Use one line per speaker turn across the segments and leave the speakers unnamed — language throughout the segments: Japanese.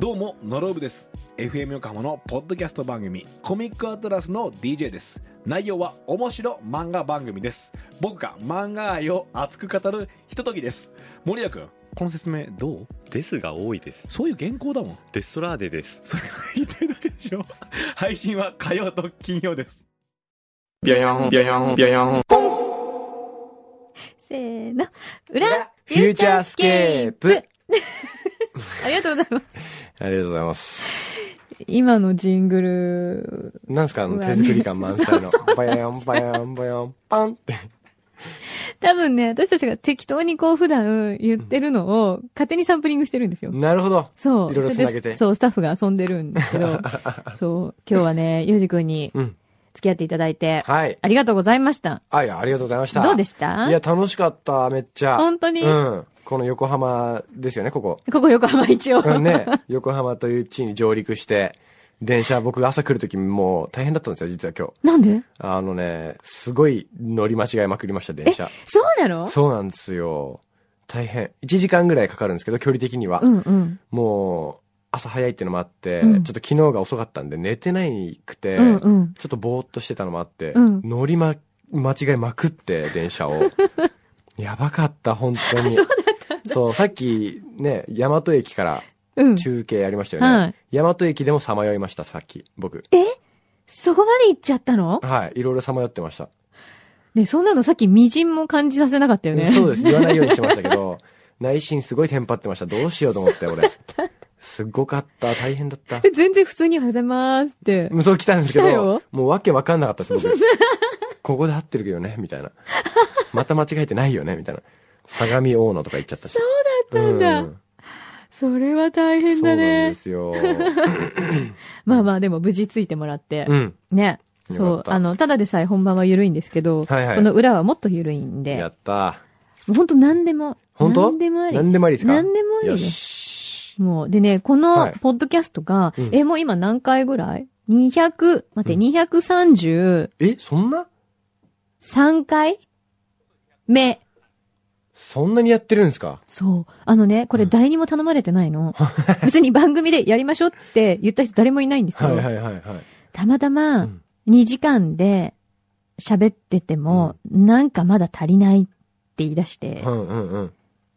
どうもノロブです FM 横浜のポッドキャスト番組コミックアトラスの DJ です内容は面白漫画番組です僕が漫画愛を熱く語るひとときです森谷君この説明どう
ですが多いです。
そういう原稿だもん
デストラーデです。
それが言ってるだけでしょ配信は火曜と金曜です
ビャヤホン、ビャヤホン、ビャヤホン。
せーの。裏、フューチャースケープ ありがとうございます。
ありがとうございます。
今のジングル、
なんすかあの、
うわ
手作り感満載の。バヤン、バヤン、バヤン、パンって。
多分ね、私たちが適当にこう普段言ってるのを勝手にサンプリングしてるんですよ。
なるほど。
そう。
いろいろ
それで
繋げて
そう、スタッフが遊んでるんですけ ど、そう、今日はね、ヨウジ君に
うん
付き合っていただいて、
はい。
ありがとうございました。
あ、いや、ありがとうございました。
どうで
し
した
いや、楽しかった、めっちゃ。
本当に、
うん。この横浜ですよね、ここ。
ここ横浜一応。
うんね。横浜という地に上陸して、電車、僕が朝来るときもう大変だったんですよ、実は今日。
なんで
あのね、すごい乗り間違えまくりました、電車。
そうなの
そうなんですよ。大変。1時間ぐらいかかるんですけど、距離的には。
うんうん。
もう、朝早いってのもあって、
うん
ちょっと昨日が遅かったんで、寝てないくて、
うんうん。
ちょっとぼーっとしてたのもあって、
うん
乗りま、間違えまくって、電 車を。やばかった、本当に。そう、さっき、ね、大和駅から
うん。
中継やりましたよね。
はい。
大和駅でもさまよいました、さっき、僕。
そこまで行っちゃったの
はい、いろいろさまよってました。
ね、そんなのさっき微塵も感じさせなかったよね。
そうです。言わないようにしてましたけ ど、内心すごいテンパってました。どうしようと思って、俺。すごかった。大変だった。
え全然普通におはようございますって。
無双来たんですけ
来た
ど
よ、
もうわけわかんなかったです、僕。ここで合ってるけどね、みたいな。 また間違えてないよね、みたいな。相模大野とか言っちゃったし。
そうだったんだそれは大
うん
変
そうな
だ
んで
ね。
すよ。
まあまあでも無事ついてもらって
う。ん。
ね。そ
よ
う。
かった
あの、ただでさえ本番は緩いんですけど、
はいはい
こ。の裏はもっと緩いんで
や、った。
もうほんと何でも。
ほんと
何でもあり。
何でもありですか
何でもあり
よ
です。
し。
もう、でね、こ
は
の
い
ポッドキャストが、
うん
え、もう今何回ぐらい ?200、待って、233
え、そんな
回目。
そんなにやってるんですか
そう。あのね、これ誰にも頼まれてない の。別に番組でやりましょうって言った人誰もいないんですよ。
はいはいはいはい。
たまた
う
ま
ん
2時間で喋ってても、なんかまだ足りないって言い出して、
うんうんうん。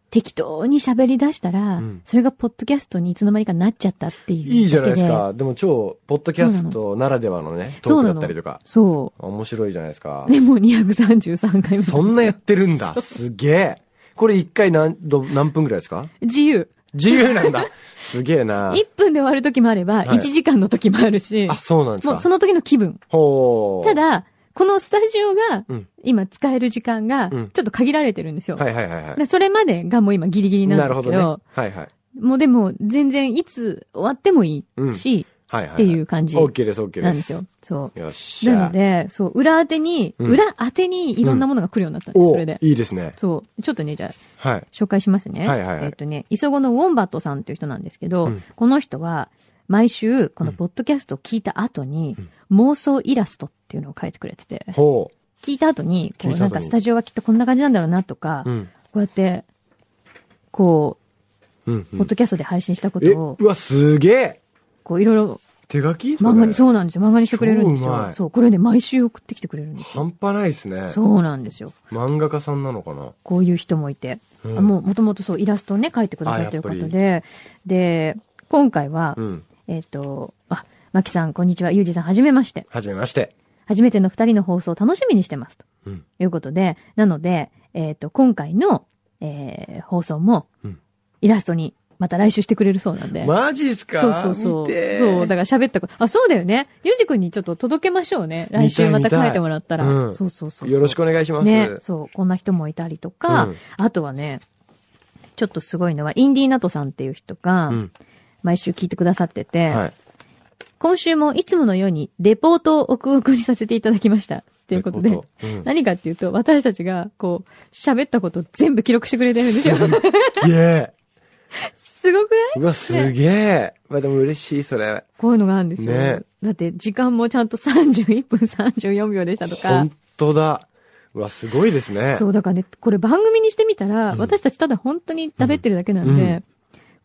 適当に喋り出したら、
うん
それがポッドキャストにいつの間にかなっちゃったっていうだけで。
いいじゃないですか。でも超、ポッドキャストならではのね、ト
そ
ー
う
ク
な
だ
の
ったりとか。
そ
面白いじゃないです か
う。。でもう233回目。
そんなやってるんだ。すげえ。これ一回何、ど、何分ぐらいで すか
自由。
自由なんだ。すげえな。
1分で終わる時もあれば、
はい
1時間の時もあるし、
あ、そうなんです
もうそ
か。
の時の気分。
ほう。
た、だ、このスタジオが
うん、
今使える時間が、ち
う
ょ
ん
っと限られてるんですよ。
はいはいはいはい。
でそれまでがもう今ギリギリなん
な
で
る
す
ほ
け
ど
ど、
ね。はいはい。
もうでも全然いつ終わってもいいし、
はいはい。。
っていうう感じ
OK です、OK です。
なんですよ。。そ
よっ
う。
しゃ。
なので、そう、裏当てに、
うん
裏当てにいろんなものが来るようになったんです、
お
それ
い
で。
いですね。
そう。ちょっとね、じゃあ、
はい。
紹介しますね。
はいはいはい
えっとね、磯子のウォンバットさんっていう人なんですけど、
うん
この人は、毎週、この
うん
ポッドキャストを聞いた後に、
うん
妄想イラストっていうのを書いてくれてて、
ほ
聞いた後に、こ、
聞いうた後
な
に
んかスタジオはきっとこんな感じなんだろうなとか、
う。うん。
こうやって、こ
うん。
う、
う
ポッ
ん
ドキャストで配信したこと
え、
を、
うわ、すげえ。
こう、いろいろ
手書き
漫画に、
それ
そうなんですよ。漫画にしてくれるんです
超うま
よ
い。
そう、これね、毎週送ってきてくれるんですよ。
半端ないですね。
そうなんですよ。
漫画家さんなのかな
こういう人もいて。
うん
あもう、もともとそう、イラストをね、描いてくださ
あ
いというこ
や
と
っ
で、で、今回は、
うん。
えっ、と、あ、マキさん、こんにちは。ユージさん、はじめまして。
はじめまして。
初めての二人の放送を楽しみにしてます。と
うん
いうことで、なので、えっ、と、今回の、えー放送も、
うん
イラストに、また来週してくれるそうなんで。
マジっすか
そうそうそう。
見て
そう、だから喋ったこと。あ、そうだよね。ゆうじくんにちょっと届けましょうね。来週ま
見
た
た
書
い
いてもらったら。
見たいうん
そうそうそうそう。
よろしくお願いします。
ね。そう、こんな人もいたりとか、
うん
あとはね、ちょっとすごいのは、インディーナトさんっていう人が
う、ん。
毎週聞いてくださってて、
はい。
今週もいつものようにレポートを送送りさせていただきました。ということ
レ
で
ポ、ート。
何かっていうと、私たちが、こう、喋ったことを全部記録してくれてるんですよ。
うん。げえ。
すごくないう
わ、すげえ。まあでも嬉しい、それ。
こういうのがあるんですよ。
ね
だって、時間もちゃんと31分34秒でしたとか
本。当だ。うわ、すごいですね。
そう、だからね、これ番組にしてみたら、
うん
私たちただ本当に食べってるだけなんで、
うん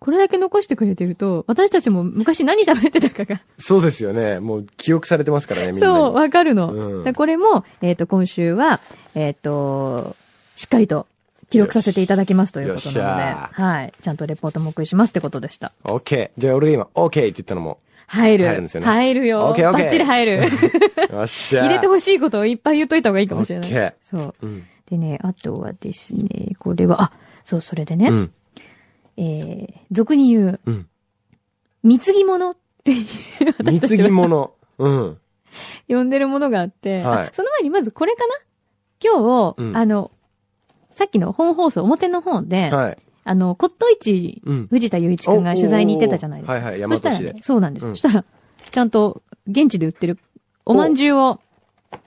これだけ残してくれてると、私たちも昔何喋ってたかが、
そうですよね。もう記憶されてますからね、みんなに。
そう、わかるの。
うん
でこれも、えっ、と、今週は、えっ、と、しっかりと記録させていただきますということな
よっ
の
し
で、
ゃ
はい。ちゃんとレポートもお送りしますってことでした。
オッケー。じゃあ俺が今、オッケーって言ったのも。
入る。
入るんですよね
入るよ。
オッケーオッ
バ
ケー
ッチリ入る。
よっしゃー。
入れてほしいことをいっぱい言っといた方がいいかもしれな
オッケー
い。そう。
うん。
でね、あとはですね、これは、あ、そう、それでね、
うん。
えー、俗に言う、
うん
貢ぎ物っていう、私たち
貢
は
ぎ物。うん。
呼んでるものがあって、
はい
あその前にまずこれかな今日、
うん
あの、さっきの本放送、表の方で、
はい。
あの、骨董市、
うん。
藤田雄一くんが取材に行ってたじゃないですか。
はいはい、
そ
山
したら
口で
ね。、そうなんです。
うん
そしたら、ちゃんと、現地で売ってる、おまんじゅうを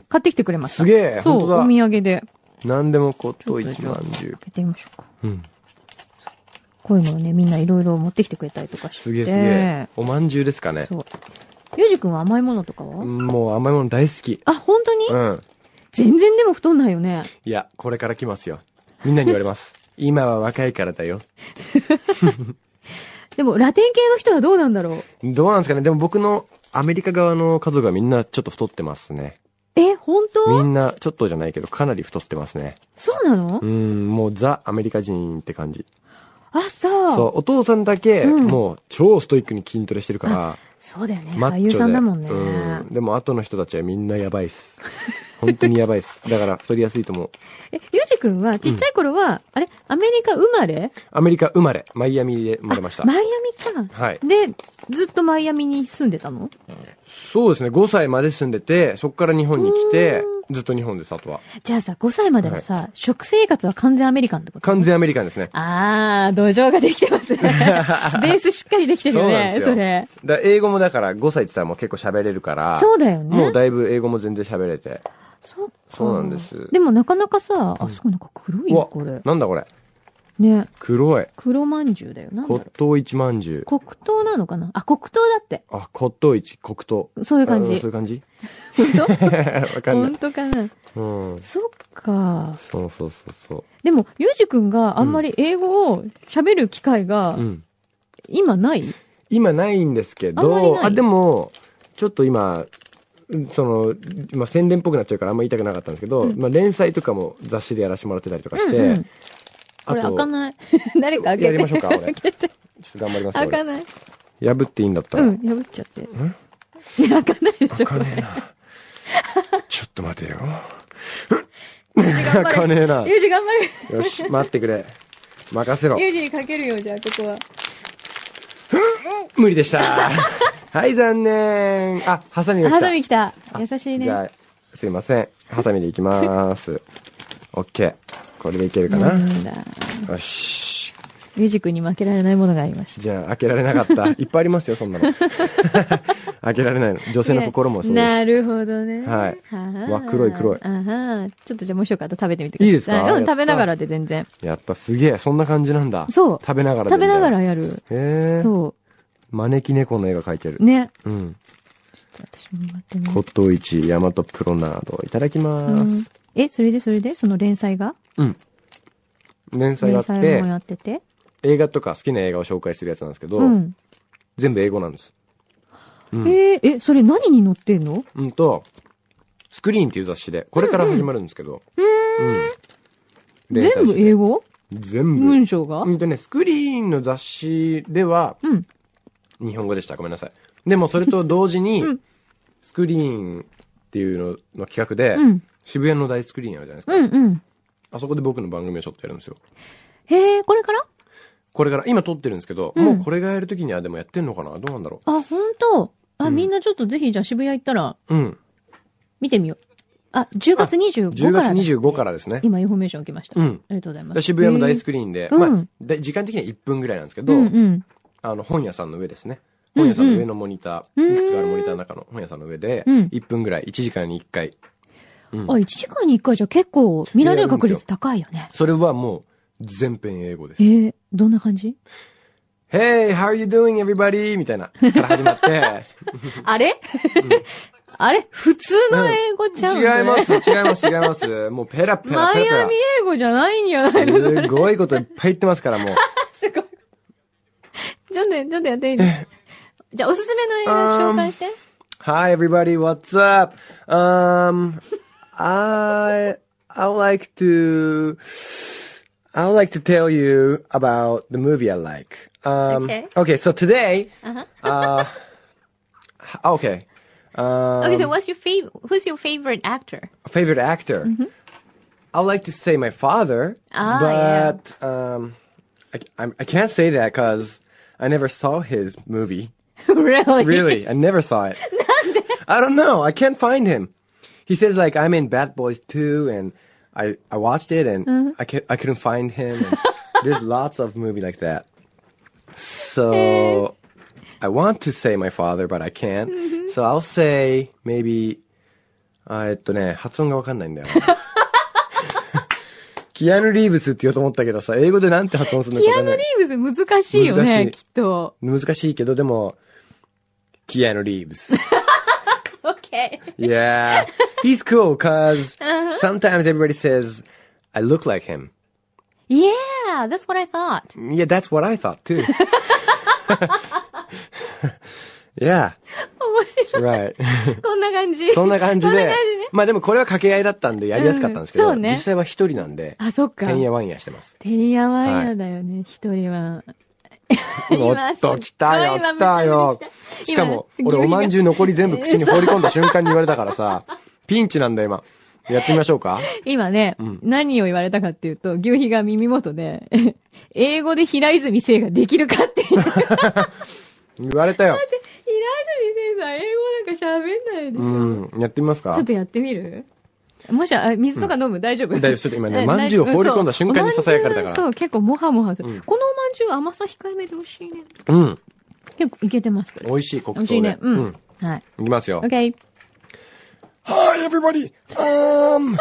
買ってきてくれました。
すげえ、
そ
本
う、お
当だ。
土産で。
何でも骨董一万十
開。けてみましょうか。
うん。
こういうのをね、みんないろいろ持ってきてくれたりとかして。
すげえすげえ。おまんじゅうですかね。
そう。ゆうじくんは甘いものとかは、
もう甘いもの大好き。
あ、本当に、
うん。
全然でも太んないよね。
いや、これから来ますよ。みんなに言われ ます。今は若いからだよ。
でも、ラテン系の人はどうなんだろう
どうなんですかねでも僕のアメリカ側の家族はみんなちょっと太ってますね。
え、本
み
当
んなちょっとじゃないけどかなり太ってますね。
そうなの
うん、もうザ・アメリカ人って感じ。
あ、そう。
そう、お父さんだけ
うん
もう超ストイックに筋トレしてるから、
そうだよね。
マ
俳
ッ
優
チョで。
さんだもんね。
うん。でも後の人たちはみんなやばい っす。本当にやばいっす。だから太りやすいと思う。
え、ゆうじくんは、ちっちゃい頃は、あれ、アメリカ生まれ
アメリカ生まれ、マイアミで生まれました
あ。マイアミか。
はい。
で、ずっとマイアミに住んでたの
そうですね、5歳まで住んでて、そこから日本に来て、ずっと日本です、あとは。
じゃあさ、5歳まではさ、食生活は完全アメリカンってこと
完全アメリカンですね。
あー、土壌ができてます ね。ベースしっかりできてるよね、そ
そうなん
れ。
だ英語もだから5歳って言ったらもう結構喋れるから、
そうだよ
も
ね
う。だいぶ英語も全然喋れて。
そっか。
そうなんです
でもなかなかさ、
う
あ、
ん
すごいなんか黒いうよ
わ、
これ。
なんだこれ。
ね。
黒い。
黒まんじゅうだよ。なんだろ
骨
う。
董一万十。
黒糖なのかなあ、黒糖だって。
あ、骨董一、黒糖。
そういう感
あうん
じ
そうい。う感じ
本
わ
当
かんない。
本当かな
うん。
そっか。
そうそうそうそ
でも、ゆうじくんがあんまり英語を喋る機会が
う。うん。
今ない、
今ないんですけ
あんまり
ど、
ない
あ、でも、ちょっと今、うんその、まあ、宣伝っぽくなっちゃうからあんま言いたくなかったんですけど、
うん
まあ、連載とかも雑誌でやらせてもらってたりとかして、
うんうん。
あ
これ開か
と、
ない。 誰か開けて。
やりましょうか、俺。
開
ち
けて。
ょっと頑張ります
開
よ、
かない。
俺。破っていいんだった
う
ら。
ん、破っちゃって。いや開かないでしょ、
開
こ
かねえ
れ。
な。ちょっと待てよ。
頑張れ
開かねえな。
ゆうじ頑張れ。
よし、待ってくれ。任せろ。
ユージにかけるよ、じゃあ、ここは。
無理でした。 はい、残念。あ、ハサミが来た。
ハサミ来た。優しいね。
じゃあ、すいません。ハサミでいきまーす。オッケー。これでいけるかな。
なんだ。
よし。
ユージ君に負けられないものがありました。
じゃあ、開けられなか った。いっぱいありますよ、そんなの。開けられないの。女性の心もそうです。
なるほどね。
はい
はあ
わ黒い黒い
あはあちょっとじゃあもしよかったら食べてみてください。
いいですか
うん、
やった
食べながらで全然。
やった、すげえ。そんな感じなんだ。
そう。
食べながらで
食べなが
み
らやる。
たいな。へえ。
そ
招き猫の絵が描いてある
う。。ね。
うん。
私も待ってね。
骨董市、大和プロナード。いただきま
う
ー
んえ、それでそれでその連載が
す。うん。連載があ
連載
って
も、やってて。
映画とか好きな映画を紹介するやつなんですけど、
うん。
全部英語なんです。うん
えー、え、それ何に載ってんの
うんと、スクリーンっていう雑誌で、これから始まるんですけど。うん、連
全
載
部
して
英語
全部。
文章が
うんとね、スクリーンの雑誌では、
うん
日本語でした。ごめんなさい。でもそれと同時に、
うん
スクリーンっていうのの企画で、
うん。
渋谷の大スクリーンあるじゃないですか。
うんうん。
あそこで僕の番組をちょっとやるんですよ。
へえ、これから
これから、今撮ってるんですけど、
うん
もうこれがやるときにはでもやってんのかなどうなんだろ
あ、本当あ、
うん
みんなちょっとぜひ、じゃあ渋谷行ったら
う。うん。
見てみよう。あ、10月25
10
から
月
だ。
25からですね。
今、インフォメーション受けました。
う
あ
ん。
りがとうございま。
です渋谷の大ス
き。
クリーンで、
うん
まあ、で時間的には1分ぐらいなんですけど、
うんうん。
あの、本屋さんの上ですね。
うんうん
本屋さんの上のモニター、
うん
いくつかあるモニターの中の本屋さんの上で、
うん
1分ぐらい、1時間に1回。うん
あ、1時間に1回じゃ結構見られる確率高いよね。
それはもう、全編英語です
え。ー、どんな感じ
Hey, how are you doing, everybody? みたいな、から始まって、
あれあれ普通の英語 ちゃうん
違います、違います、違います。もうペラペラ
マ
ペ
イア
ラ
ミ英語じゃないんやない
ペ
の
ラ。すごいこといっぱい言ってますから、もう。
すごい。ちょっと、ちょっとやってみて。
Hi
じゃあ、おすすめの映画紹介して。
everybody, what's up? Um, I I would like to I would like to tell you about the movie I like. Um,
Okay.
okay. So today,
Uh-huh.
uh, h- okay. Um,
okay, so what's your favorite, who's your favorite actor?
favorite actor. I would like to say my father,
Mm-hmm. Ah,
but um, I, I'm- I can't say that because I never saw his movie.
really?
Really, I never saw it. I don't know. I can't find him. He says like I'm in Bad Boys 2, and I I watched it and I can I couldn't find him. and there's lots of movie like that. So I want to say my father, but I can't. So I'll say maybe. あえっとね、発音がわかんないんだよな。キアヌ・リーブスって言おうと思ったけどさ、英語でなんて発音するのか
キ
わか
ア
んな
ヌ・
い
リーブス難しいよね、
難し
き
い
っと。
難しいけど、でも、キアヌ・リーブス。
Okay.
Yeah, he's cool because sometimes everybody says I look like him.
Yeah, that's what I thought.
Yeah, that's what I thought too. yeah,
面白い。
right.
こんな感じ。
そんな感じ
そんな
で
感じね。
まあでもこれは掛け合いだったんでやりやすかったんですけ
うん
ど、
そうね
実際は一人なんで、
あ、そっか。
てんやわんやしてます。
てんやわんやだよね、一人は。
お
今
っと、来たよ、
今
来たよ
今。
しかも、
今
俺おまんじゅう残り全部口に放り込んだ瞬間に言われたからさ、ピンチなんだよ今。やってみましょ うか
今ね、
ん
何を言われたかっていうと、牛皮が耳元で、 英語で平泉聖ができるかって 言って。平泉
言われたよ。
聖さん、英語なんか喋んないでしょ。
うん、やってみますか
ちょっとやってみるもし、あ水とか飲む、大丈夫
大丈夫ちょっと今ね
え
饅頭を
大丈夫
放り込んだ瞬間に
そう
囁かれたか
お
ら
饅頭そう、結構もはもはする。
うん
このおまんじゅう甘さ控えめで美味しいね。
うん。
結構いけてます、これ。
美味しい黒
美
糖
味し
で。
いね。うん。
うん。
はい。
いきますよ。
Okay.
Hi, everybody! Um,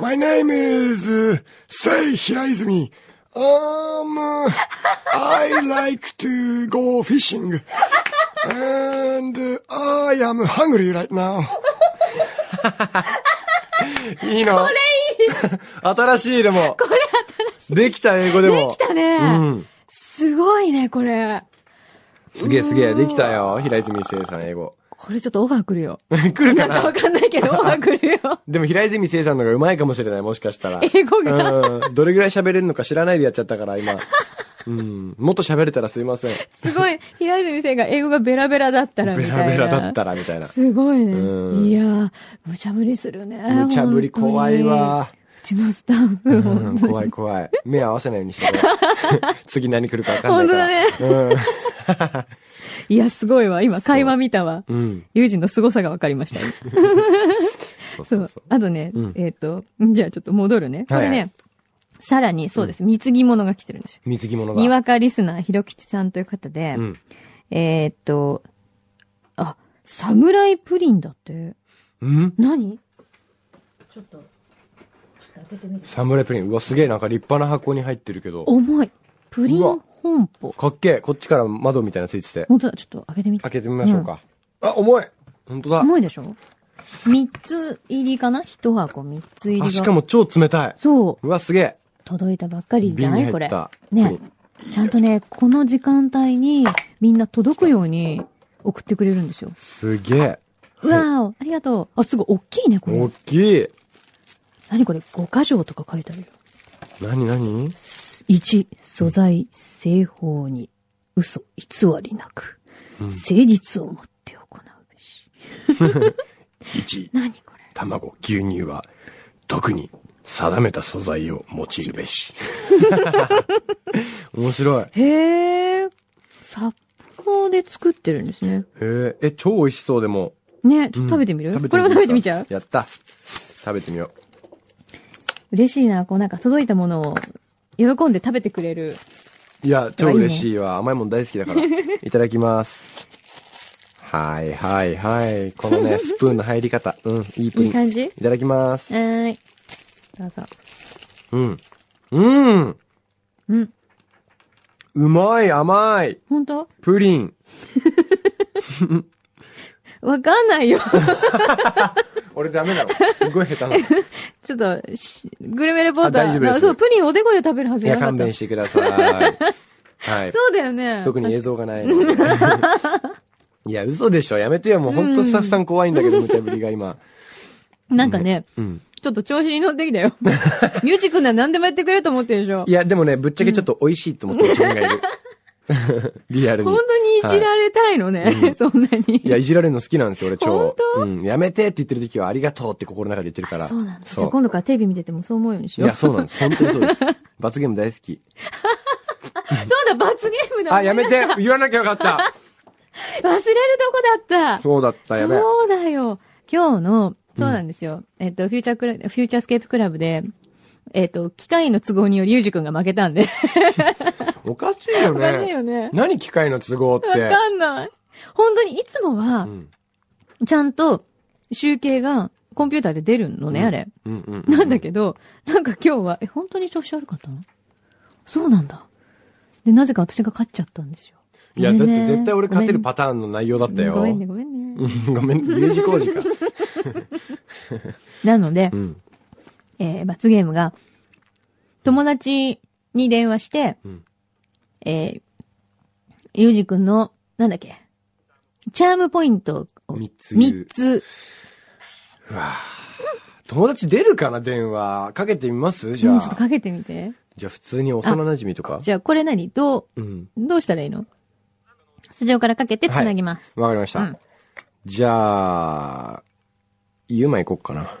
my name is, uh, Sei Hiraizumi. Um, uh, I like to go fishing. And, uh, I am hungry right now. いいのこれいい新しいでも。これ新しい。できた英語で
で
も。
きたね、
うん。
すごいね、これ。
すげえすげえ。できたよ。平泉聖さん 英語。
これちょっとオファー来るよ。
来る
なんか
かな
わかんないけど、オファー来るよ。
でも平泉聖さんの方がうまいかもしれない、もしかしたら。
英語が。
うん。どれぐらい喋れるのか知らないでやっちゃったから、今。うん。もっと喋れたらすいません。
すごい、平泉先生が英語がベラベラだったらみ
ベ
たいな。
ラベラだったら、みたいな。
すごいね。
うん
いやー、無茶ぶりするね。
無茶ぶり
本当に
怖い。わ。
うちのスタッフ、
う
本
ん、
当に
怖い怖い。目合わせないように してね。次何来るか分かんないから。本当だね。
いや、すごいわ。今、会話見たわ。
うん。うん。
友人の凄さが分かりました。
そう
そ
そううそ。う。
あとね、
うん
えっ、と、じゃあちょっと戻るね。これ
はい
ね、
は
さらに、そうです。貢ぎ物が来てるんですよ。
水着物が。
にわかリスナー、ひろきちさんという方で、
うん。
えっ、と、あ、サムライプリンだって。
うん
何ちょっと、ちょっと開けてみて。
サムライプリン。うわ、すげえ、なんか立派な箱に入ってるけど。
重い。プリン
うわ
本舗。
かっけえ。こっちから窓みたいなのついてて。
本当だ、ちょっと開けてみて。
開けてみましょうか。あ、重い本当だ。
重いでしょ ?3 つ入りかな ?1 箱3つ入りが。
あ、しかも超冷たい。
そう。
うわ、すげえ。
届いたばっかりじゃ
瓶
な
に
いこ
入
れ
っ。た。
ね。ちゃんとね、この時間帯にみんな届くように送ってくれるんですよ。
すげえ。
うわお、ありがとう。あ、すごい、大きいね、こ
大
れ。
きい。
何これ、五箇条とか書いてあるよ。
なになに
1、素材、製法に、嘘、偽りなく、
うん
誠実をもって行うべし。
?1、
何これ。
卵、牛乳は、特に定めた素材を用いるべし。 面白い。へ
へー、札幌で作ってるんですね。
え、え、超美味しそうでも。
ね、ちょっと食べてみる、
うん
これも食べてみちゃう
やった。食べてみよ
嬉しいな、こうなんか届いたものを喜んで食べてくれる。
う。いや、超嬉しいわ。甘いもん大好き だから。いただきます。はいはいはい。このね、スプーンの入り方。うん、いいプ
い
リ
い
ン。
感じ
いただきます。
はーい。どうぞ。
うん。うん。
うん。
うまい、甘い。
本当
プリン。
わかんないよ。
俺ダメだろ。すごい下手なの。 い
ちょっとし、グルメレポーター。
あ大丈夫です
あそう、プリンおでこで食べるはずじゃ
や、
なか
勘
った
弁。してください。はい。
そうだよね。
特に映像がない。 いや、嘘でしょ。やめてよ。もうほんとスタッフさん怖いんだけど、無茶ぶりが今。
なんかね、
うん。
ちょっと調子に乗ってきた よ。ミュージックなら何でもやってくれると思ってるでしょ
い。や、でもね、ぶっちゃけちょっと美味しいと思ってる自分がいる。 リアルに
本。当にいじられたいのね、
うん
そんない
や、
に。
いじられるの好きなんですよ、俺超。
ほ
うん。やめてって言ってる時はありがとうって心の中で言ってるから。
そうなんだ。じ
そ
ゃあ
う
今度からテレビ見ててもそう思うようにし
い
よう。
や、そうなんです。本当にそうです。罰ゲーム大好き。
そうだ、罰ゲームだ。
あ、やめて言わなきゃよ かった
忘れるとこだった。
そうだった、やべえ。
そうだよ。今日の、そうなんですよ。えっと、フューチャークラフューチャースケープクラブで、えっと、機械の都合によりゆうじくんが負けたんで。
おかしいよ
おかしい
ね。
よ ね。
何機械の都合
わ
って。
かんない。本当にいつも
う
は、
ん
ちゃんと集計がコンピューターで出るのね、
うん
あれ。
うんうんう
なんだけど、なんか今日は、え、本当に調子悪かったのそうなんだ。で、なぜか私が勝っちゃったんですよ。
いや、だって絶対俺勝てる
パ
パターンの内容だったよ。
ごめんね、ごめんね。
うん ごめん、U 字工事 か。
なので
う、ん。
えー罰ゲームが、友達に電話して、
うん
えーゆうじくんの、なんだっけ、チャームポイントを
三つ言う
三つ
うわぁ友達出るかな、電話。かけてみますじ
う
ゃ
んちょっと
あ。
かけてみて。
じゃあ普通に幼馴染とか。
じゃあ、これ何ど
うん。
う、どうしたらいいのスタジオからかけて繋ぎます。
わかりました。
うん
じゃあ、ゆうま行こっかな。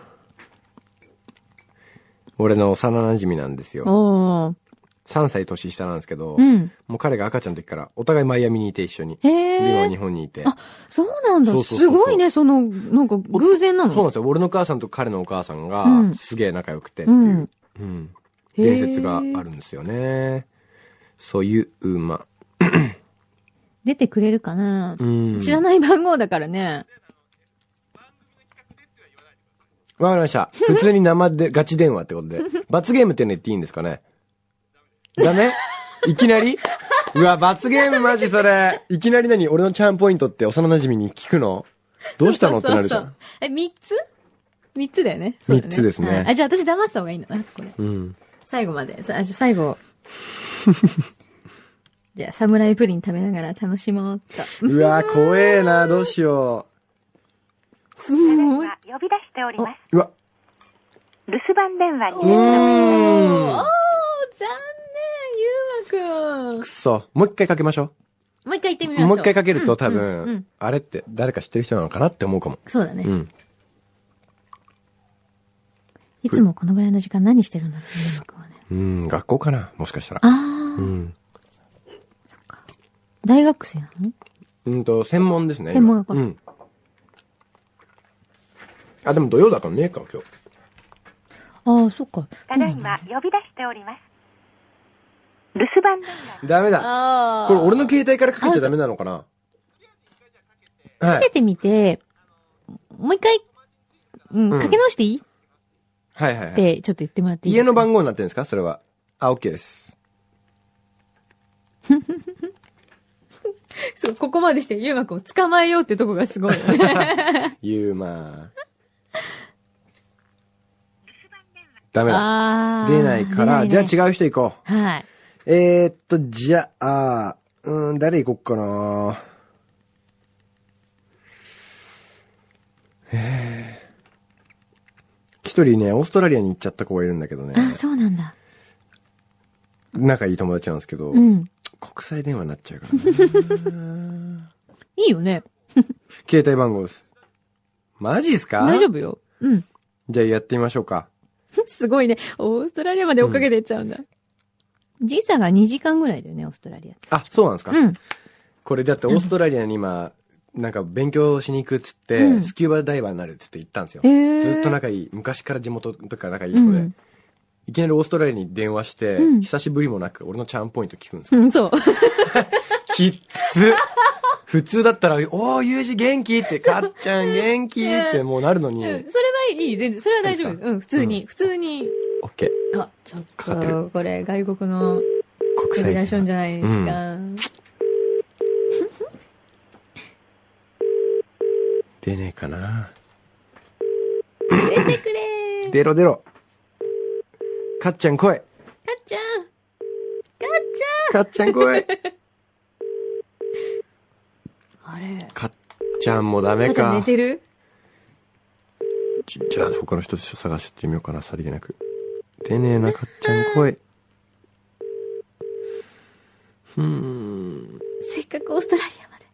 俺の幼馴染なんですよ。
おー。
3歳年下なんですけど、
うん。
もう彼が赤ちゃんの時からお互いマイアミにいて一緒に。
へ
で、今は
え
日。本にいて。
あそうなんだ
そうそうそう
す
そう
ごいね、その、なんか偶然な
そうなん
の。
ですよ。俺の母さんと彼のお母さんが、
うん
すげえ仲良くてっていう、うん
へー
伝説があるんですよね。そういう馬。
出てくれるかな
うん。
知らない番号だからね。
わかりました。普通に生で、ガチ電話ってこ とで。罰ゲームっての言っていいんですかねダメいきなりうわ、罰ゲームマジそれ。いきなり何俺のチャームポイントって幼馴染に聞くのどうしたのってなるじゃ。
そうんえ、三つ三つだよね。そうだね
三つですね
はいあ、じゃあ私黙ってた方がいいのあこれ。
うん。
最後まで。さあじゃあ最 後。じゃあ、サムライプリン食べながら楽しもうっと。
うわ、怖えな、どうしよ
す
ただい
ごい。
ま呼び出しております。
う。うわ、
留守番電話
お
に
ー、お
う
ー
ん
残念、ゆうまくん
く。そ。もう一回かけましょ
もう一回行ってみまし
う。
ょう。
もう一回かける
うん
と多
うんうん
分、あれって誰か知ってる人なのかなって思うかも。
そうだね、
うん。
いつもこのぐらいの時間何してるんだろうね、ゆうまくんはね。
うん、学校かなもしかしたら。
あー、
うん。
そっか。大学生なの
うんと、専門ですね。今
専門学校
うん。あ、でも土曜だからねえか、今日。
ああ、そっか。
ただいま呼び出しております。留守番電話。
ダメだ。
あ
これ俺の携帯からかけちゃダメなのかなは
かけ
い。
てみて、もう一回、うん、
うん
かけ直していい
はいは
っ
いはい。
て、ちょっと言ってもらっていい
家の
号。
番号になってるんですかそれは。あ、OK です。
そう、ここまでして、ゆうまくんを捕まえようってとこがすごいよね。
ゆうまダメ だ。
あー
出ないから、じ
ゃ
ゃあ違う人行こ
あ違う。はい。
う。えー、っと、じゃあ、うーん、誰行こっかなえー一人ね、オーストラリアに行っちゃった子がいるんだけどね。
あ、そうなんだ。
仲いい友達なんですけど、
うん。
国際電話になっちゃうからな
いいよね。
携帯番号です。マジっすか
大丈夫よ。うん。
じゃあやってみましょうか。
すごいね。オーストラリアまで追っかけてっちゃうんだ。時差が2時間ぐらいだよね、オーストラリアって。
あ、そうなんですか、
うん。
これだってオーストラリアに今、なんか勉強しに行くっつって、
うん
スキューバダイバーになるっつって行ったんですよ。
へー
ずっと仲いい、昔から地元とか仲いい子
う
で、
ん。
いきなりオーストラリアに電話して、
うん
久しぶりもなく俺のチャームポイント聞くんですよ。
うん、そう。
きっつ 普通だったら、おー、ゆうじ元気って、かっちゃん元気ってもうなるの
うん。
に、
そ
オ
れ
ッ
はいい、全然。それは大丈夫です。うん、普通に。普通に。
ケー。
あ、ちょっ
かかって
と、これ、外国の
国
コ
際
ミ
電
ナ
話
ションじゃないですか。
出ねえかな
出てくれー。
出ろ出ろ。かっちゃん来い。
かっちゃん。かっち
かかっちゃ ん来い。
あれ。
かっちゃんもダメ
母ちゃん
か
寝。てる
じじゃあ他の人探してみようかな、さりげなく。出ねえな、かっちゃ ん来い。ふーん。
せっかくオーストラリアまで。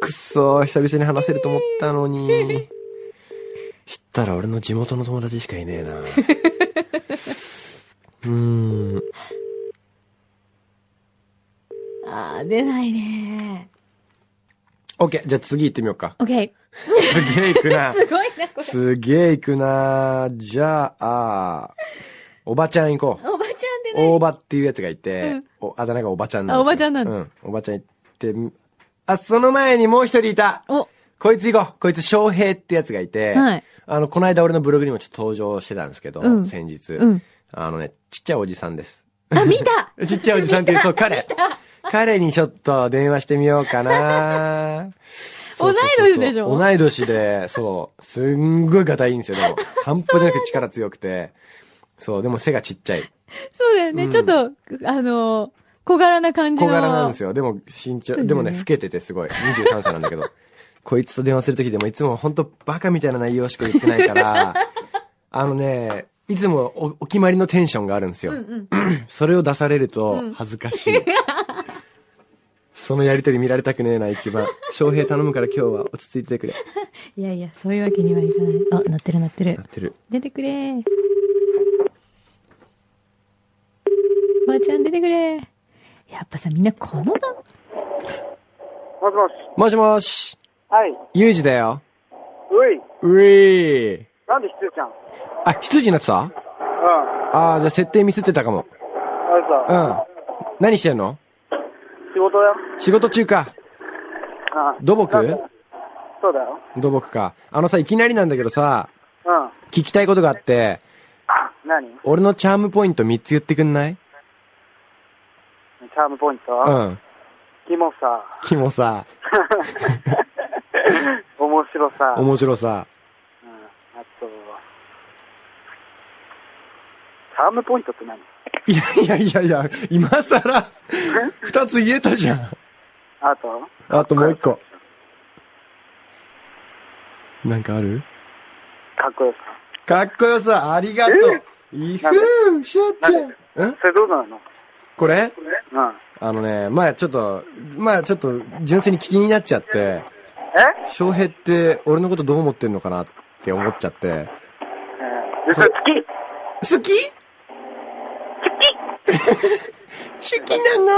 くっそー、久々に話せると思ったのに。知ったら俺の地元の友達しかいね えな。うーん。
あー、出ないね
オッケー、じゃあ次行ってみようか。
オッケ
すげえ行く
ー。。
な
すごいな、これ。
すげえ行くな。じゃあ、おばちゃん行こう。
おばちゃん出ない。
大場っていうやつがいて、
うん
おあだ名がおばちゃんなんですよ
あおばちゃんなんだ
うん。おばちゃん行って、あ、その前にもう一人いた。
お、
こいつ行こう。こいつ翔平ってやつがいて、
はい。
あの、この間俺のブログにもちょっと登場してたんですけど、
うん
先日、
うん。
あのね、ちっちゃいおじさんです。
あ、見 た
ちっちゃいおじさんっていう、そ う、彼。彼にちょっと電話してみよう かなそうそうそうそう
同い年でしょ
同い年で、そう。すんごいガタいいんですよ、でも。半端じゃなく力強くて。そう、でも背がちっちゃい。
そうだよね。
うん
ちょっと、あのー、小柄な感じ
小
の。
柄なんですよ。でも身長、で
そうで
も
すよね
ね、老けててすごい。23歳なんだけど。こいつと電話するときでもいつも本当バカみたいな内容しか言ってないから、あのね、いつもおお決まりのテンションがあるんですよ。
うん
それを出される
うん
と恥ずかしい。そのやりとり見られたくねえな、一番。翔平頼むから今日は落ち着いてくれ。
うん。いやいや、そういうわけにはいかない。あ、鳴ってる鳴って
な
る
っ。てる。
出てくれー。おばちゃん出てくれー。やっぱさ、みんなこの番
もしもし。
もしもし、
はい。
ゆうじだよ。
うい。
うぃー。
なんで羊ちゃんうん。
あ、羊になってた
あ
あー、じゃあ設定ミスってたかも。
れ
う
さ、
ん。何してんの
仕事だよ。
仕事中か。
ああ
土木
なんでそうだよ。
土木か。あのさ、いきなりなんだけどさ、
うん。
聞きたいことがあって、
何チ
俺のチャームポイント3つ言ってくんない
ャームポイント
うん。
肝さ、
キモさ、
面白さ、うん。
面白さ。
あと、チャームポイントって何
いやいやいやいや、今さら、2つ言えたじゃん。
あと、
あともう1個。なんかある
かっこよさ。
かっこよさ、ありがとう。いいふー、しょっち
なん
ゃん。ん
それどうなの
これ
うん。
あのね、前ちょっと、前ちょっと、純粋に気になっちゃって、
え
翔平って俺のことどう思ってんのかなって思っちゃって、
えー、嘘つ
好
き
き 好き好きなの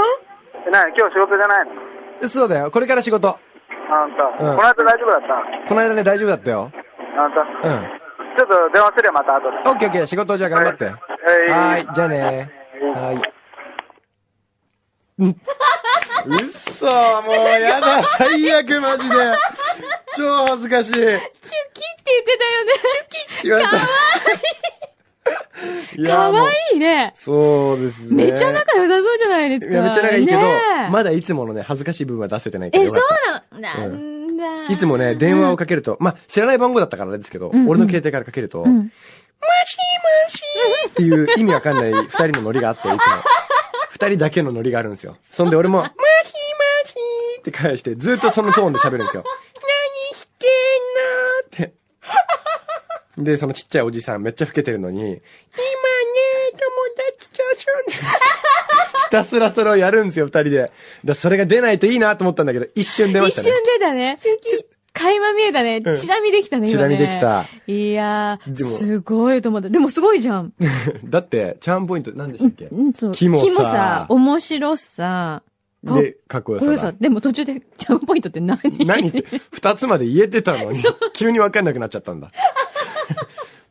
えなに今日仕事じゃないの
そうだよ。これから仕事。
あんた、
うん
この後大丈夫だった
この間ね、大丈夫だったよ。
あんた、
うん。
ちょっと電話するよ、また後で。
オッケーオッケー。仕事じゃあ頑張って。は
は
ーい。じゃあねはーい。うん。うっそーもうや だ。最悪マジで。超恥ずかしい。
チュキって言ってたよね。
言われた。かわいい。い
か
やもう
わいいね。
そうですね。
めっちゃ仲良さそうじゃないですか。
いや、めっちゃ仲いいけど、
ねえ
まだいつものね、恥ずかしい部分は出せてないから
え、
よ
そ
かった。
うなのな
うん
だ、
いつもね、電話をかけると、まあ、知らない番号だったからあれですけど、
うんうん
俺の携帯からかけると、
うん。
っていう意味わかんない二人のノリがあって、いつも。二人だけのノリがあるんですよ。そんで俺も、マヒマヒーって返して、ずっとそのトーンで喋るんですよ。何してんのって。で、そのちっちゃいおじさんめっちゃ老けてるのに、今ね、友達と遊んで る。ひたすらそれをやるんですよ、二人で。だそれが出ないといいなと思ったんだけど、一瞬出まし
一
た
瞬
ね。
出たね。ち垣間見えたね
う。ん
チラ見できたね、
チ
今
ラ
ね。
見でき。た。
いやー、
でも
すごいと思った。でもすごいじゃん。
だって、チャームポイント何でしたっけ
うん、そう。
キモさ
面白さ、かっ
で、かっこよ
こよ
さ
さ。
だ。
でも途中でチャームポイントって何
何って、二つまで言えてたのに、急にわかんなくなっちゃったんだ。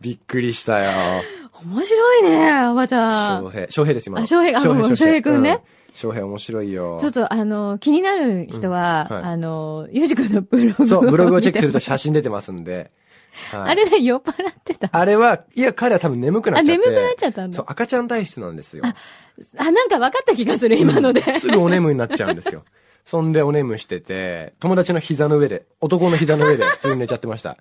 びっくりしたよ。
面白いね、おばちゃ
翔
ん。
平。翔平です、今の。
あ翔平あごめん翔平くんね。
う翔平面白いよ
ちょ。っと、あの、気になる人は、
うんはい
あの、ゆうじくんのブログを。
そう、ブログをチェックすると写真出てますんで。はい
あれね、酔っ払ってた。
あれは、いや、彼は多分眠くな
あ、
っちゃっ
眠
て。
くなっちゃったん
そう
だ、。
赤ちゃん体質なんですよ。
あ、なんか分かった気がする、今ので。
すぐおねむになっちゃう んですよ。そんでおねむしてて、友達の膝の上で、男の膝の上で普通に寝ちゃってました。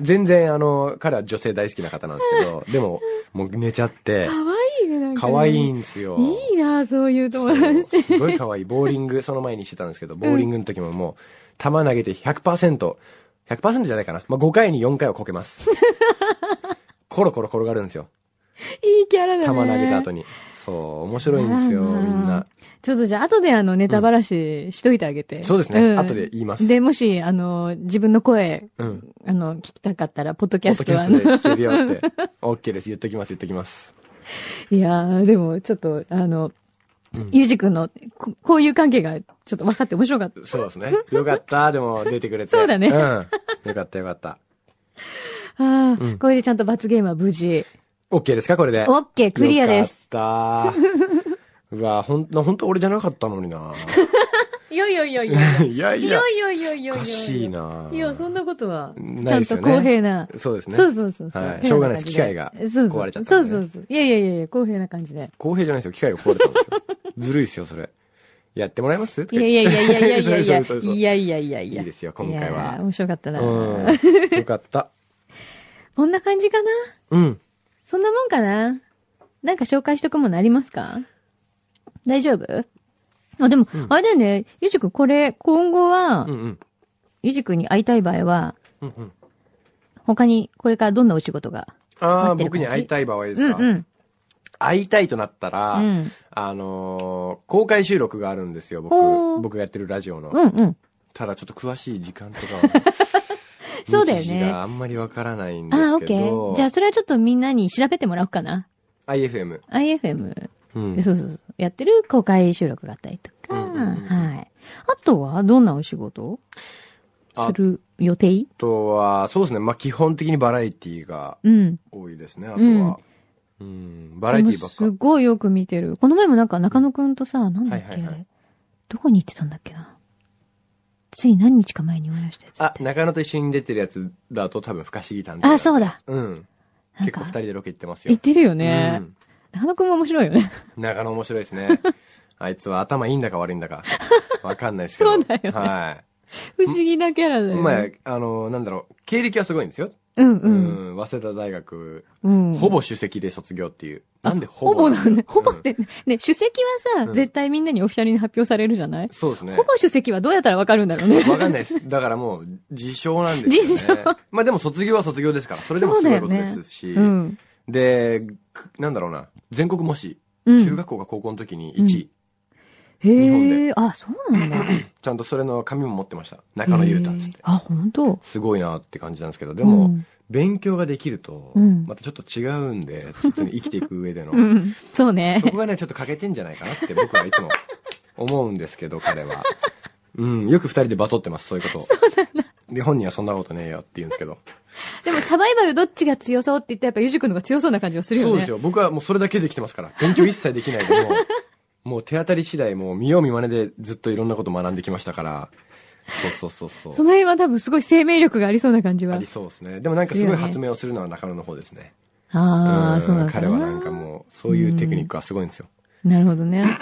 全然あの、彼は女性大好きな方なんですけど、でも、もう寝ちゃって
か、わいいね、なんなんか、
可愛いんですよ。
いいな、そういう
そ
友
う
達。
すごい可愛い。ボーリング、その前にしてたんですけど、ボーリングの時ももう、球投げて100%、100%じゃないかな。まあ、5回に4回はこ けます。コロコロ転がるんですよ。
いいキャラだね。
球投げた後に。そう、面白いんですよ、
あらまあ
みんな。
ちょっとじゃあ、後であの、ネタばらししといてあげて。
そうですね。
ん
後で。言います。
で、もし、あの、自分の声、
うん。
あの、聞きたかったら、ポッドキャ
ポッ
ス
ド
ト
キャ
は、あ
スト
の
で言ってるよって。OK です。言っときます、言っときます。
いやー、でも、ちょっと、あの、
うん
ゆうじくんのこ、こういう関係が、ちょっと分かって面白かった。
そうですね。よかった、でも出てくれて。
そうだね
ん。よかった、よかった。
ああ、
うん
これでちゃんと罰ゲームは無事。
OK ですか、これで。
オッケー、クリアです。
よかった。うわ、ほん、ほんと俺じゃなかったのにな。
いやいやいやいや。
いや
い
い
や
や、
いやいやいや
おかしい。ない
や、そんなことは、ち
な
ゃ
い
ん
です
と
よね
公平な。
そうですね。
そうそうそうそう。
はい
変
しょうがないです
感じ
機械が
そうそう
壊れちゃった
そ
ん
う
でね
そうそう。いやいやいやいや、公平な感 じで。
公平じゃないですよ。機械が壊れたんですよ。ずるいですよ、それ。やってもらえます
いやいやいやいやいやいやいや
そうそうそうそう
いやいやいやいや。
いいですよ今回はい
やー面白かったな。
うん。よかった。
こんな感じかな
うん。
そんなもんかななんか紹介しとくものありますか大丈夫あ、でも、
うん
あれだよね、ゆうじくん、これ、今後は
うん、うん。
ゆうじくんに会いたい場合は、
うんうん。
他に、これからどんなお仕事が
あ
待
あ、
ってる感じ
僕に会いたい場合で
うん
す
う
か
ん。
会いたいとなった
う
ら、
ん。
あのー公開収録があるんですよ、僕
おー。
僕がやってるラジオの。
うんうん。。
ただちょっと詳しい時間とかは
そうだよね
日時があんまりわからないんで
あー、オ
す
ッ
け
ケ
ど。
ー。じゃあ、それはちょっとみんなに調べてもらおうかな。
IFM。
IFM、
うん。
そうそうそう。やってる公開収録があったりとか、
うんうんうん
はい。あとは、どんなお仕事
あ
する予定
あとは、そうですね。まあ、基本的にバラエティが
うん。
多いですね、あとは。うん。バラエティばっ
でも
か
す。ごいよく見てる。この前もなんか中野くんとさ、なんだっけ、
はいはいはい
あれどこに行ってたんだっけな。つい何日か前にお会いしたやつだっ
あ、
て。
中野と一緒に出てるやつだと多分不可思議探偵。
あそうだ。
うん。
なん
結構
か
二、人でロケ行ってますよ。
行ってるよね。
うん
中野くんも面白いよね。
中野面白いです ね。あいつは頭いいんだか悪いんだか。わかんないですけど。
そうだよね
は
不思議なキャラだ
い。
よね。
まあ、あの、なんだろう。経歴はすごいんですよ。
うん
う
うん。
ん。早稲田大学、
うん。
ほぼ首席で卒業っていう。
あ
なんでほ
ほ
ぼ
ぼ
な
なんん
だ
だね。ほ
ろう
ぼっ
うん
て、ね、主席はさ、
うん
絶対みんなにオフィシャルに発表されるじゃない、
そうですね
ほ。ぼ主席はどうやったらわかるんだろうね。
わかんないです。だからもう、自称なんですよ
自
ね。まあでも卒業は卒業ですから、それでもすごいことですし、
うん。
で、くなんだろうな、全国模試、
うん。
中学校か高校の時に1位、日本
へ
で
え、あ、そうなんだ。
ちゃんとそれの紙も持ってました。中野優太っつっ
へー
て。
あ、本当
すごいなって感じなんですけど、で
で
も、、勉強ができると、
うん
またちょっと違うんで、普通に生きていく上での
う、ん。そうね
そ。こがね、ちょっと欠けてんじゃないかなって僕はいつも思うんですけど、彼は。うん、よく二人でバトってます、そういうことを。で、本人はそんなことねえよって言うんですけど。
でもサバイバルどっちが強そうって言ったらやっぱゆじくんの方が強そうな感じはするよね。
そうですよ。僕はもうそれだけできてますから。勉強一切できないでもう、 もう手当たり次第、もう見よう見まねでずっといろんなこと学んできましたから。そうそうそう
そ
そう。
の辺は多分すごい生命力がありそうな感じ
あ
は
り。そうですね。でもなんかすごい発明をするのは中野の方ですね。
あ
う
あ、
ん
そうなんだ。
彼はなんかもう、そういうテクニックはすごいんですよ。
なるほどね。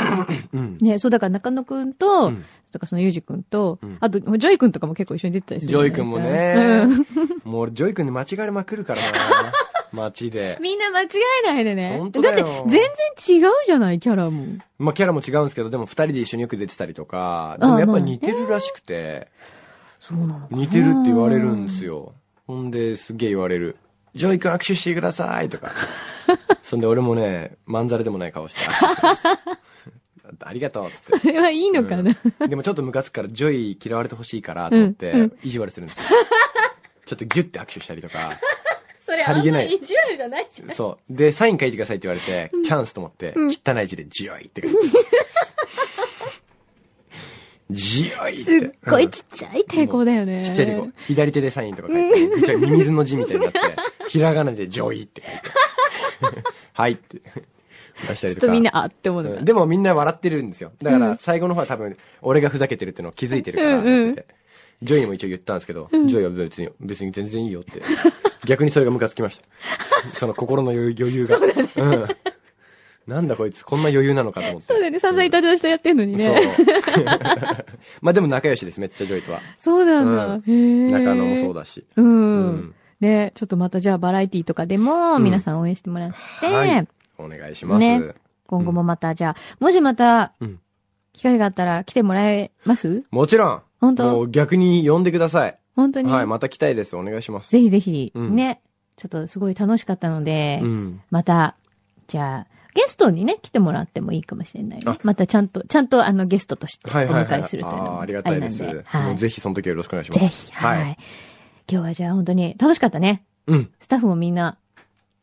うん。
ね、そうだから中野くんと、
うん
とかそのゆうじくんと、
うん
あと、ジョイくんとかも結構一緒に出てたりする
ジ
じゃ
ョ
ない
イ
ですか。
君も
うん
ね、もう俺ジョイ君に間違われまくるから な。街で。
みんな間違えないでね。
本当だよ
って全然違うじゃない、キャラも。
まあキャラも違うんですけど、でも二人で一緒によく出てたりとか、でもやっぱ似てるらしくて。
そうなのかな
似てるって言われるんですよ。ほんで、すげえ言われる。ジョイ君握手してくださいと か。そんで俺もね、まんざらでもない顔して。 ありがとうっつって。
それはいいのかな、
うんでもちょっとムカつくから、ジョイ嫌われてほしいからと思っ
うんう
て、意地悪するん ですよ。ちょっとギュッて握手したりとか。
それ
さ
あ
り
ん
げ
ま
ない
り意地悪じゃないじゃん。
そう。で、サイン書いてくださいって言われて、チャンスと思って、汚い字でジョイって書いてます。ジョイっ。
すってご
う
い
ん
ちっちゃい抵抗だよね。
ちっちゃいでこう、左手でサインとか書いて、ちゃミミズの字みたいになって、ひらがなで上位って書いて、 はいって出した
ちょ
り
っ
とか。
とみんな、あって思うのが。
うんでもみんな笑ってるんですよ。だか
う
ら
ん
最後の方は多分、俺がふざけてるってのを気づいてるから
うんうん
って言って、ジョイにも一応言ったんですけど、ジョイは別に、別に全然いいよ って。逆にそれがムカつきました。その心の余余裕が。うん。なんだこいつ、こんな余裕なのかと思って。
そうだよね、ささいたじらしたやってんのにね。
そう。 まあでも仲良しです、めっちゃジョイとは。
そうなんだ。へえ。
中野もそう
だ。
だし。
う。。
うん
ね、ちょっとまたじゃあバラエティとかでも
うん
皆さん応援してもらって、
はい。お願いします。
ね今後もまた、じゃあ、もしまた
うん、
機会があったら来てもらえます
もちろん
本
も
当
う逆に呼んでください。
本当に、
はい、また来たいです。お願いします。
ぜひぜひ、
うん
ね。ちょっとすごい楽しかったので、
うん。
また、じゃあ、ゲストにね、来てもらってもいいかもしれないね
あ。
またちゃんと、ちゃんとあのゲストとしてお
はいはいは
迎
い。
えするというの
あー
も
ありが
あ
た
れ
い
な
で
ん
す。
で。は
もう
い。
ぜひその時はよろしくお願いします。
ぜひ、はい。
はい
今日はじゃあ本当に楽しかったね。
うん。
スタッフもみんな、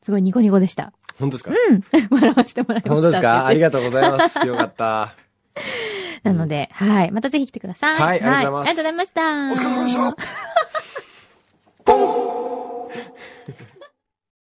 すごいニコニコでした。
本当ですか
うん。笑わせてもらいました。
本当ですかありがとうございます。よかった。
なので、はい。またぜひ来てください。
はいありがとうございます
ありがとうございました。
お疲れ様でした
ポン